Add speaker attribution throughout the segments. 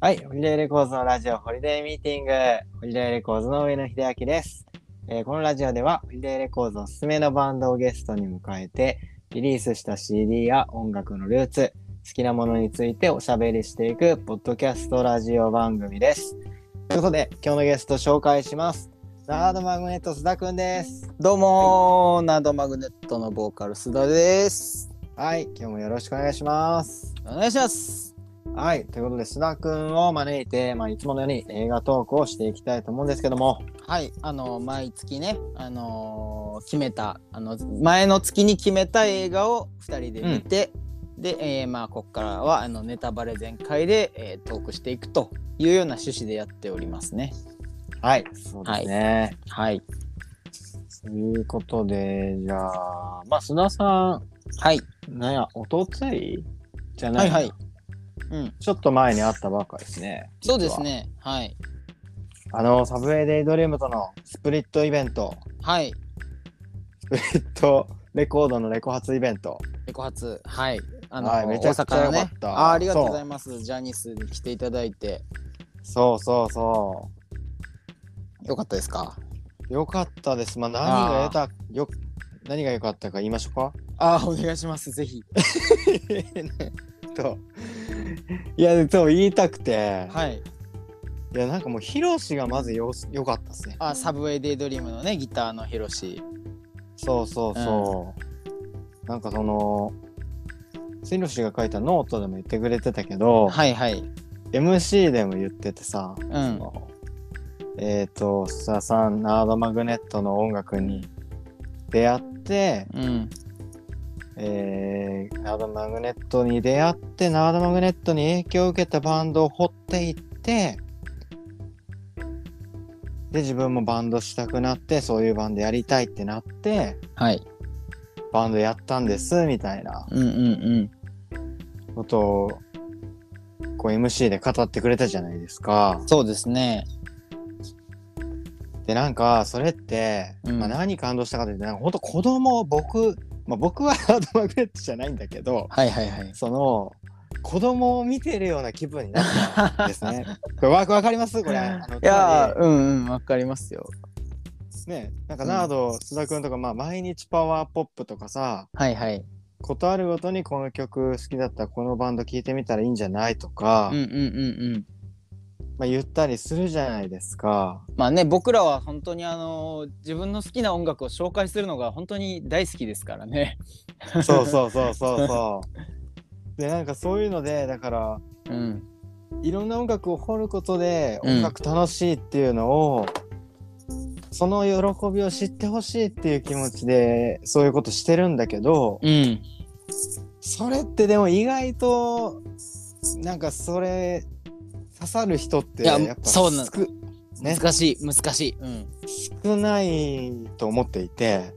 Speaker 1: はい、ホリデーレコーズのラジオ、ホリデーミーティング、ホリデーレコーズの上野秀明です、えーこのラジオでは、ホリデーレコーズおすすめのバンドをゲストに迎えて、リリースした CD や音楽のルーツ、好きなものについておしゃべりしていく、ポッドキャストラジオ番組です。ということで、今日のゲスト紹介します。ナードマグネット須田くんです。
Speaker 2: どうもー、ナードマグネットのボーカル須田です。
Speaker 1: はい、今日もよろしくお願いします。
Speaker 2: お願いします。
Speaker 1: はい、ということで、須田くんを招いて、まあ、いつものように映画トークをしていきたいと思うんですけども、
Speaker 2: はい、あの毎月ね、あのー決めたあの前の月に決めた映画を二人で見て、で、えーまあここからはあのネタバレ全開で、えートークしていくというような趣旨でやっておりますね。
Speaker 1: はい、そうですね。
Speaker 2: はい、
Speaker 1: ということで、じゃあ、まあ、須田さ
Speaker 2: はい、
Speaker 1: ん、なんや、おとついじゃな、
Speaker 2: はいい、はい。うん、
Speaker 1: ちょっと前に会ったばっかですね。
Speaker 2: そうですね。はい、
Speaker 1: 実は。あの、サブウェイ・デイ・ドリームとのスプリットイベント、
Speaker 2: はい、
Speaker 1: スプリットレコードのレコ発イベント。
Speaker 2: レコ発、はい、あのー、
Speaker 1: はいめちゃくちゃ
Speaker 2: 大阪の
Speaker 1: 良
Speaker 2: ね
Speaker 1: かった
Speaker 2: あー。ありがとうございます。ジャニスに来ていただいて、
Speaker 1: そうそうそ
Speaker 2: よかったですか。
Speaker 1: う。よかったです。まあ、何が良かった、よ、何が良かったか言いましょうか。
Speaker 2: あお願いしますぜひ
Speaker 1: と。いや、そう、言いたくて。
Speaker 2: はい
Speaker 1: いや、なんかもう、ヒロシがまずよ、良かったですね。
Speaker 2: あサブウェイ・デイ・ドリームのねギターのヒロシ
Speaker 1: そうそうそう。なんかその、スイロシが書いたノートでも言ってくれてたけど、
Speaker 2: はいはい
Speaker 1: MC でも言っててさ、
Speaker 2: ん
Speaker 1: そのえっ、と、須田さん、ナードマグネットの音楽に出会って、
Speaker 2: うん
Speaker 1: えーナードマグネットに出会って、ナードマグネットに影響を受けたバンドを掘っていって、で、自分もバンドしたくなって、そういうバンドやりたいってなって、
Speaker 2: はい
Speaker 1: バンドやったんです、みたいな。
Speaker 2: うんうん
Speaker 1: ことをこう MC で語ってくれたじゃないですか
Speaker 2: うん。そうですね
Speaker 1: でなんかそれって、
Speaker 2: うん
Speaker 1: まあ、何に感動したかというとなんか本当子供僕、まあ、僕は アドマグネットじゃないんだけど
Speaker 2: はいは いはい
Speaker 1: その子供を見てるような気分になったんです ね。これわわかりますこれ。あの
Speaker 2: いやーうんうんわかりますよ
Speaker 1: つまりねなんかナード、須田君とか、まあ、毎日パワーポップとかさ
Speaker 2: はいはい
Speaker 1: ことあるごとにこの曲好きだったらこのバンド聴いてみたらいいんじゃないとか、
Speaker 2: うんうんうんうん
Speaker 1: まあ、言ったりするじゃないですか。
Speaker 2: まあね僕らは本当にあのー自分の好きな音楽を紹介するのが本当に大好きですからね
Speaker 1: そうそうそうそうそう。でなんかそういうのでだから
Speaker 2: うん
Speaker 1: いろんな音楽を掘ることで
Speaker 2: うん
Speaker 1: 音楽楽しいっていうのを、その喜びを知ってほしいっていう気持ちでそういうことしてるんだけど
Speaker 2: うん
Speaker 1: それってでも意外となんかそれ刺さる人って
Speaker 2: い
Speaker 1: や
Speaker 2: や
Speaker 1: っぱ
Speaker 2: そうなん
Speaker 1: 少ね
Speaker 2: 難しい難しいうん
Speaker 1: 少ないと思っていて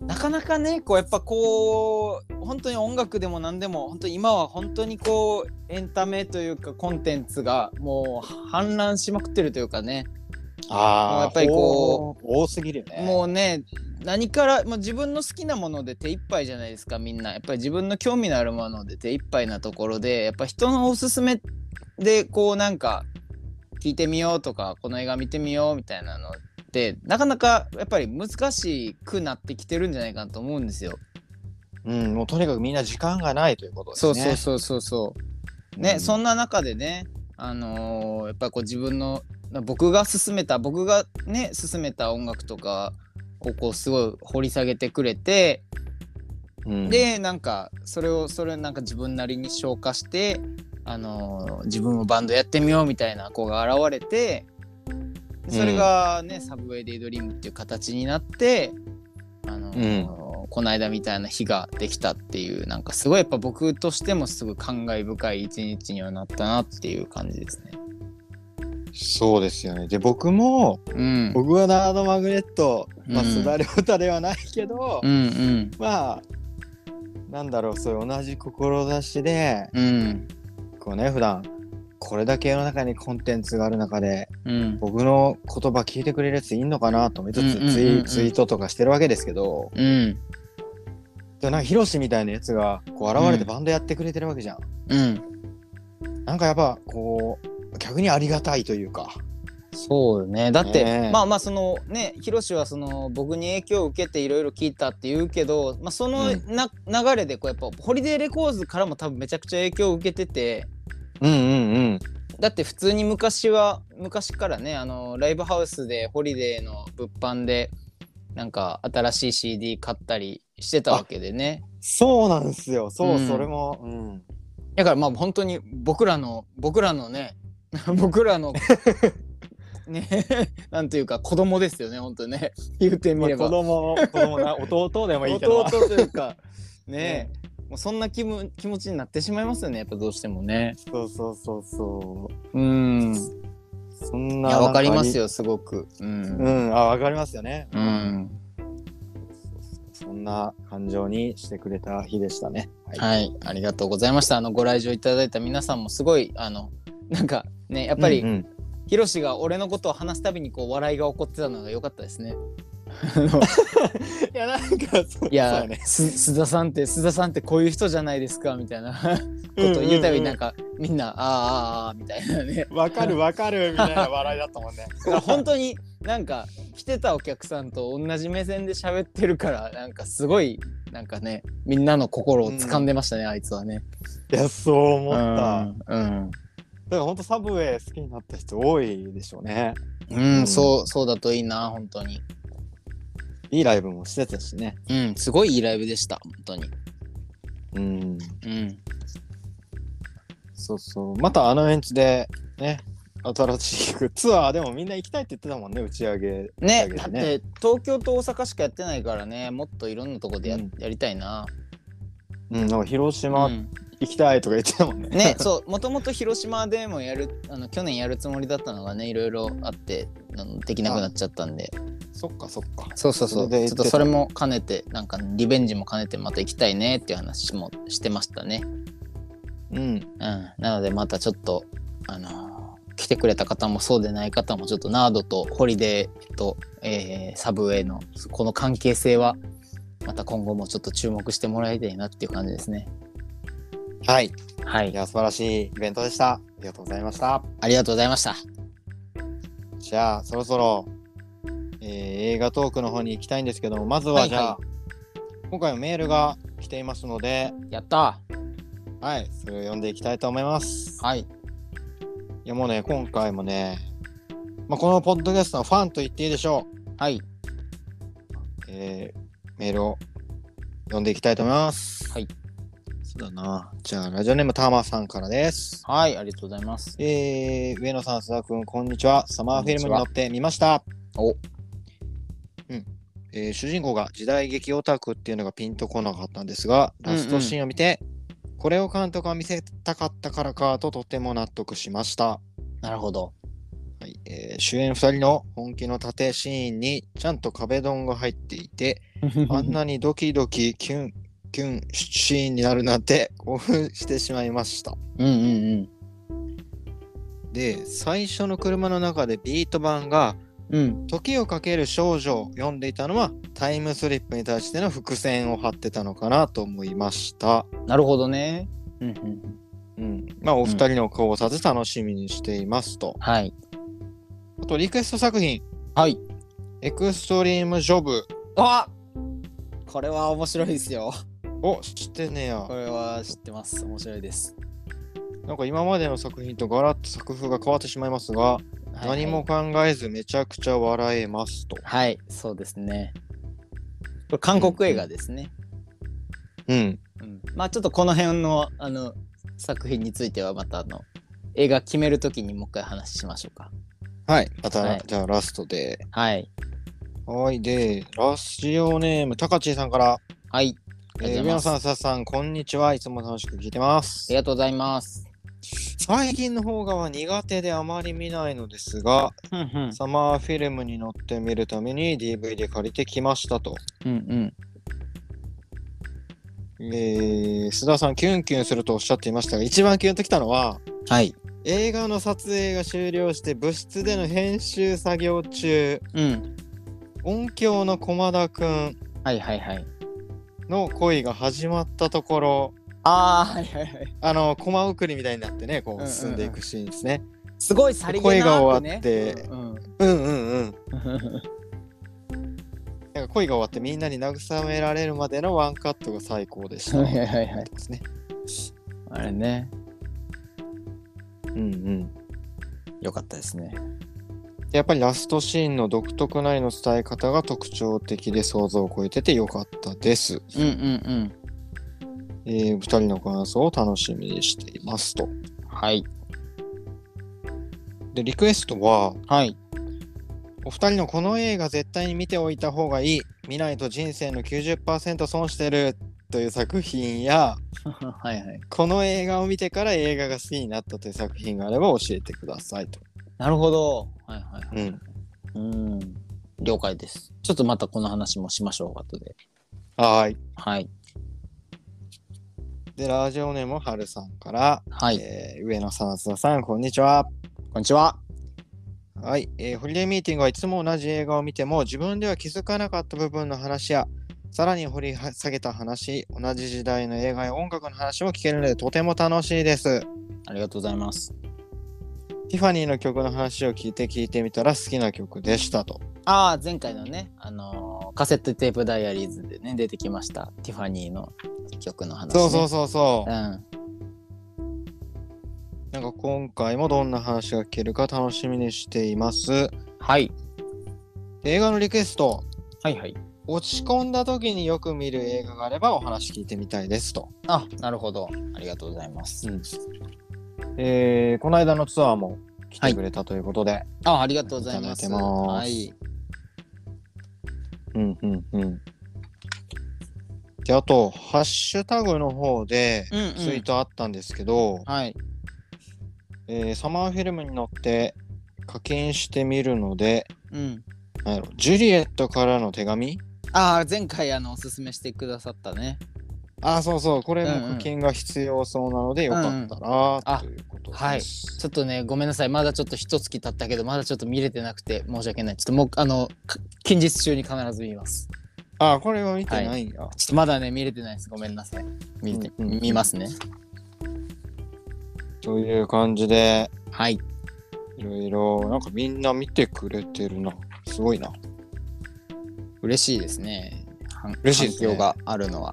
Speaker 2: なかなかねこうやっぱこう本当に音楽でも何でも本当に今は本当にこうエンタメというかコンテンツがもう氾濫しまくってるというかね、
Speaker 1: あ
Speaker 2: ーやっぱりこ
Speaker 1: う多すぎるよね。
Speaker 2: もうね何から、まあ、自分の好きなもので手一杯じゃないですかみんなやっぱり自分の興味のあるもので手一杯なところでやっぱ人のおすすめでこうなんか聞いてみようとかこの映画見てみようみたいなのってなかなかやっぱり難しくなってきてるんじゃないかなと思うんですよ。
Speaker 1: うん、もうとにかくみんな時間がないということです
Speaker 2: そ
Speaker 1: ね。
Speaker 2: うそうそうそうそう。ね、そんな中でね、あのーやっぱりこう自分のな僕が勧めた僕がね勧めた音楽とかをこうすごい掘り下げてくれて、
Speaker 1: うん、
Speaker 2: でなんかそれをそれをなんか自分なりに消化して、あのー自分もバンドやってみようみたいな子が現れてでそれがね、サブウェイ・デイ・ドリームっていう形になって。あのーこの間みたいな日ができたっていうなんかすごいやっぱ僕としてもすごい感慨深い一日にはなったなっていう感じですね。
Speaker 1: そうですよね。で僕も、
Speaker 2: うん、
Speaker 1: 僕はナードマグネット、まあ、
Speaker 2: うん
Speaker 1: 須田亮太ではないけど、
Speaker 2: うん
Speaker 1: まあなんだろうそういう同じ志で
Speaker 2: うんうん
Speaker 1: こうね普段これだけ世の中にコンテンツがある中で
Speaker 2: うん
Speaker 1: 僕の言葉聞いてくれるやついんのかなと思いつつ
Speaker 2: うんうんうんう
Speaker 1: ツイ
Speaker 2: ん
Speaker 1: ツイートとかしてるわけですけど
Speaker 2: うん
Speaker 1: でもなんかヒロシみたいなやつがこう現れて
Speaker 2: うん
Speaker 1: バンドやってくれてるわけじゃん。
Speaker 2: うん
Speaker 1: なんかやっぱこう逆にありがたいというか。
Speaker 2: そうよねだって、
Speaker 1: ねえ
Speaker 2: まあまあそのねヒロシはその僕に影響を受けていろいろ聞いたって言うけど、まあ、その
Speaker 1: うん
Speaker 2: な、流れでこうやっぱホリデーレコーズからも多分めちゃくちゃ影響を受けてて
Speaker 1: うんうんうん。
Speaker 2: だって普通に昔は昔からねあのライブハウスでホリデーの物販でなんか新しい CD 買ったりしてたわけでね
Speaker 1: そうなんですよ。そう、
Speaker 2: うん
Speaker 1: それも。うん。
Speaker 2: だからまあ本当に僕らの僕らのね 僕ら のねなんというか子供ですよね本当ね言ってみ
Speaker 1: まあ
Speaker 2: れば、
Speaker 1: 子供、子供な、弟でもいいけど。
Speaker 2: 弟という かねもうそんな気分気持ちになってしまいますよねやっぱどうしてもね
Speaker 1: そうそうそうそ
Speaker 2: うん
Speaker 1: う。そん
Speaker 2: い
Speaker 1: な。
Speaker 2: やわかります
Speaker 1: よ。
Speaker 2: よすごくうん、
Speaker 1: うん、あ、わかりますよね。
Speaker 2: うん、
Speaker 1: そんな感情にしてくれた日でしたね。はい。
Speaker 2: はいありがとうございましたあのご来場いただいた皆さんもすごいあのなんかねやっぱり、
Speaker 1: うんうん
Speaker 2: ヒロシが俺のことを話すたびにこう笑いが起こってたのが良かったですね。あの
Speaker 1: いや、なんか、そう
Speaker 2: いや、
Speaker 1: そうね
Speaker 2: す須田さんって須田さんってこういう人じゃないですかみたいなことを言うたびになんか、みんなああああみたいなね。
Speaker 1: わかるわかるみたいな笑いだったもんね。
Speaker 2: だから本当になんか来てたお客さんと同じ目線で喋ってるからなんかすごいなんかねみんなの心を掴んでましたね、あいつはね。
Speaker 1: いや、そう思った。だから
Speaker 2: うん、
Speaker 1: 本当サブウェイ好きになった人多いでしょうね。
Speaker 2: うんうん、そうそうだといいな本当に。
Speaker 1: いいライブもしてたしね。
Speaker 2: うんすごいいいライブでした本当に。
Speaker 1: うん。
Speaker 2: うん
Speaker 1: そうそう。またあの園地でね、新しくツアーでもみんな行きたいって言ってたもんね、打ち上げ。
Speaker 2: ね
Speaker 1: 打ち
Speaker 2: だ
Speaker 1: 上
Speaker 2: っ
Speaker 1: げで
Speaker 2: て東京と大阪しかやってないからねもっといろんなとこでや,、
Speaker 1: うん
Speaker 2: やりたいな。
Speaker 1: うん、なんか広島
Speaker 2: うん
Speaker 1: 行きたいとか言ってたもんね。
Speaker 2: ねそうもともと広島でもやるあの去年やるつもりだったのがねいろいろあってあのできなくなっちゃったんで
Speaker 1: そっかそっか。
Speaker 2: そうそうそう
Speaker 1: それで
Speaker 2: ちょっとそれも兼ねてなんかリベンジも兼ねてまた行きたいねっていう話もしてましたね
Speaker 1: うん。
Speaker 2: うんなのでまたちょっとあのー来てくれた方もそうでない方もちょっとナードとホリデーと、えーサブウェイのこの関係性はまた今後もちょっと注目してもらいたいなっていう感じですね
Speaker 1: はい。
Speaker 2: はいい
Speaker 1: や、素晴らしいイベントでした。ありがとうございました。
Speaker 2: ありがとうございました
Speaker 1: じゃあ、そろそろ、えー映画トークの方に行きたいんですけども、まず
Speaker 2: は
Speaker 1: はいじゃあ、今回もメールが来ていますので、
Speaker 2: やった
Speaker 1: はい、それを読んでいきたいと思います。
Speaker 2: ーはい
Speaker 1: いや、もうね、今回もね、まあ、このポッドキャストのファンと言っていいでしょ
Speaker 2: はい、
Speaker 1: う。えーメールを読んでいきたいと思います。
Speaker 2: はい。
Speaker 1: そうだな。じゃあ、ラジオネームターマさんからです。
Speaker 2: はい、ありがとうございます。
Speaker 1: えー、上野さん、須田君、こんにちは。サマーフィルムに乗ってみました。
Speaker 2: お
Speaker 1: えー主人公が時代劇オタクっていうのがピンとこなかったんですがラストシーンを見て、これを監督が見せたかったからかととても納得しました、
Speaker 2: なるほど。
Speaker 1: はいえー主演2人の本気の盾シーンにちゃんと壁ドンが入っていてあん なにドキドキキュンキュンシーンになるなんて興奮してしまいました
Speaker 2: うんうん
Speaker 1: で最初の車の中でビート板が
Speaker 2: うん。うん。
Speaker 1: 「時をかける少女」を読んでいたのはタイムスリップに対しての伏線を張ってたのかなと思いました
Speaker 2: なるほどね。うんうん。
Speaker 1: うん、まあお二人の考察楽しみにしていますと、
Speaker 2: はい。
Speaker 1: あとリクエスト作品
Speaker 2: はい。
Speaker 1: エクストリームジョブ
Speaker 2: あこれは面白いですよ。
Speaker 1: を知ってんねや
Speaker 2: これは知ってます。面白いです。
Speaker 1: なんか今までの作品とガラッと作風が変わってしまいますが、
Speaker 2: は
Speaker 1: 何
Speaker 2: い
Speaker 1: も。考えずめちゃくちゃ笑えますと
Speaker 2: はい、そうですね。これ韓国映画ですね。
Speaker 1: うん
Speaker 2: うん。まあちょっとこの辺のあの作品についてはまたあの映画決めるときにもう一回話しましょうか。
Speaker 1: はいまた、
Speaker 2: はい
Speaker 1: じゃあラストで
Speaker 2: はい。
Speaker 1: はいでラジオネームたかちんさんから
Speaker 2: はい。あり
Speaker 1: えー
Speaker 2: がとうござい
Speaker 1: 上野
Speaker 2: ます
Speaker 1: さん、ささん、こんにちは。いつも楽しく聞いてま
Speaker 2: あ
Speaker 1: す
Speaker 2: り。がとうございます。
Speaker 1: 最近の方がは苦手であまり見ないのですが、
Speaker 2: うんうん
Speaker 1: サマーフィルムに乗ってみるために DVD 借りてきましたと。
Speaker 2: うん
Speaker 1: えー、須田さん、キュンキュンするとおっしゃっていましたが、一番キュンときたのは、
Speaker 2: うん。はい。
Speaker 1: 映画の撮影が終了して部室での編集作業中、
Speaker 2: うん。
Speaker 1: 音響の駒田くん
Speaker 2: はいはいはい。
Speaker 1: の恋が始まったところ、
Speaker 2: ああ、はいはいはい。
Speaker 1: あの、駒送りみたいになってね、こ
Speaker 2: うんうんう
Speaker 1: うん進んでいくシーンですね。
Speaker 2: すごいさりげなく
Speaker 1: 声
Speaker 2: ね
Speaker 1: が終
Speaker 2: うん
Speaker 1: うんうんうん。
Speaker 2: うん
Speaker 1: なんか恋が終わってみんなに慰められるまでのワンカットが最高でした。
Speaker 2: はいはいはいはい
Speaker 1: ですね。
Speaker 2: あれね
Speaker 1: うんうん。
Speaker 2: よかったですね
Speaker 1: でやっぱりラストシーンの独特な絵の伝え方が特徴的で想像を超えててよかったです。
Speaker 2: うんうん
Speaker 1: えー、2人の感想を楽しみにしていますと。
Speaker 2: うんはい
Speaker 1: で、リクエストは、
Speaker 2: はい
Speaker 1: お二人のこの映画絶対に見ておいた方がいい見ないと人生の90%損してるという作品や
Speaker 2: はいはい
Speaker 1: この映画を見てから映画が好きになったという作品があれば教えてくださいと、
Speaker 2: なるほどはいはいはい
Speaker 1: うん、
Speaker 2: うん了解ですちょっとまたこの話もしましょう後で
Speaker 1: はーい
Speaker 2: はい
Speaker 1: でラジオネームはるさんから、
Speaker 2: はい、
Speaker 1: えー上野さん松田さんこんにちは
Speaker 2: こんにちは
Speaker 1: はい、えーホリデーミーティングはいつも同じ映画を見ても自分では気づかなかった部分の話やさらに掘り下げた話同じ時代の映画や音楽の話も聞けるのでとても楽しいです
Speaker 2: ありがとうございます
Speaker 1: ティファニーの曲の話を聞いて聞いてみたら好きな曲でしたと。
Speaker 2: ああ前回のねあのーカセットテープダイアリーズでね出てきましたティファニーの曲の話、ね、
Speaker 1: そうそう
Speaker 2: そ
Speaker 1: そうそうう。
Speaker 2: ん
Speaker 1: なんか今回もどんな話が聞けるか楽しみにしています。
Speaker 2: はい
Speaker 1: 映画のリクエスト。
Speaker 2: はいはい
Speaker 1: 落ち込んだ時によく見る映画があればお話聞いてみたいですと。
Speaker 2: あなるほどありがとうございます、
Speaker 1: えー、この間のツアーも来てくれたということで。
Speaker 2: あありがとうございます
Speaker 1: いただいてます
Speaker 2: はい
Speaker 1: うんうんうん。で、あと、ハッシュタグの方で
Speaker 2: うん、うん
Speaker 1: ツイートあったんですけど、
Speaker 2: はい
Speaker 1: えーサマーフィルムに乗って課金してみるので、
Speaker 2: うん
Speaker 1: なんやろジュリエットからの手紙
Speaker 2: ああ前回あのおすすめしてくださったね
Speaker 1: あそうそうこれ
Speaker 2: うん
Speaker 1: も
Speaker 2: うん
Speaker 1: 課金が必要そうなのでよかったら、ということです、
Speaker 2: あはいちょっとねごめんなさいまだちょっと一月経ったけどまだちょっと見れてなくて申し訳ないちょっともうあのか近日中に必ず見ます
Speaker 1: あこれは見てないんや、
Speaker 2: ちょっとまだね見れてないですごめんなさい見れて、
Speaker 1: うんうん
Speaker 2: 見ますね
Speaker 1: という感じで
Speaker 2: はい
Speaker 1: いろいろなんかみんな見てくれてるなすごいな
Speaker 2: 嬉しいですね反
Speaker 1: 嬉しいですね
Speaker 2: 反響があるのは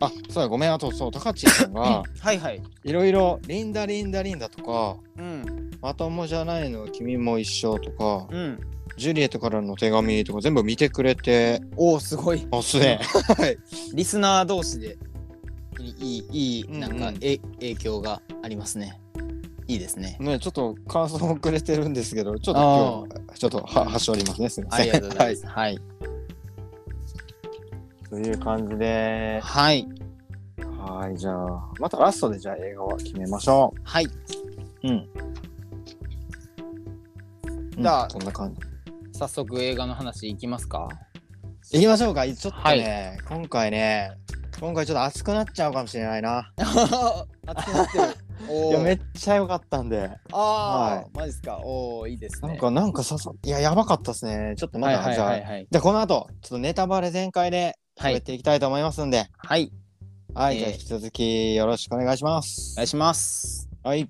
Speaker 1: あそうだごめんあとそう高知さんが
Speaker 2: はいはい
Speaker 1: いろいろ「リンダリンダリンダ」とか
Speaker 2: うん
Speaker 1: 「まともじゃないの君も一緒」とか
Speaker 2: うん
Speaker 1: 「ジュリエットからの手紙」とか全部見てくれて
Speaker 2: おおすごい
Speaker 1: ますねはい
Speaker 2: リスナー同士でいいいいい
Speaker 1: うんうん
Speaker 2: なんか、え影響がありますねいいですね
Speaker 1: ねちょっと感想遅れてるんですけどちょっと今日ちょっとははしょりますねすいません
Speaker 2: ありがとうござい ますはい
Speaker 1: という感じで、
Speaker 2: はい
Speaker 1: はい、じゃあ、またラストでじゃあ映画は決めましょ
Speaker 2: はい、
Speaker 1: う。うん。
Speaker 2: じゃあ
Speaker 1: こんな感
Speaker 2: 早速映画の話いきますか
Speaker 1: じ。いきましょうか。ちょっとね、今回ね、今回ちょっと熱くなっちゃうかもしれないな。
Speaker 2: 熱くなってるお
Speaker 1: いや、め
Speaker 2: ー
Speaker 1: っちゃ良かったんで、
Speaker 2: あー、
Speaker 1: はい
Speaker 2: マジっすかおおいいですね
Speaker 1: なんか、なんかささ、いや、やばかったですね。ちょっとま
Speaker 2: はい
Speaker 1: だ、
Speaker 2: はい
Speaker 1: じゃあ、
Speaker 2: はい
Speaker 1: じ
Speaker 2: はい
Speaker 1: ゃあこの後、ちょっとネタバレ全開で
Speaker 2: は
Speaker 1: 喋っ
Speaker 2: い
Speaker 1: ていきたいと思いますんで、はい、
Speaker 2: はい
Speaker 1: じゃあ
Speaker 2: えー
Speaker 1: 引き続きよろしくお願いします
Speaker 2: お願。いします
Speaker 1: はい。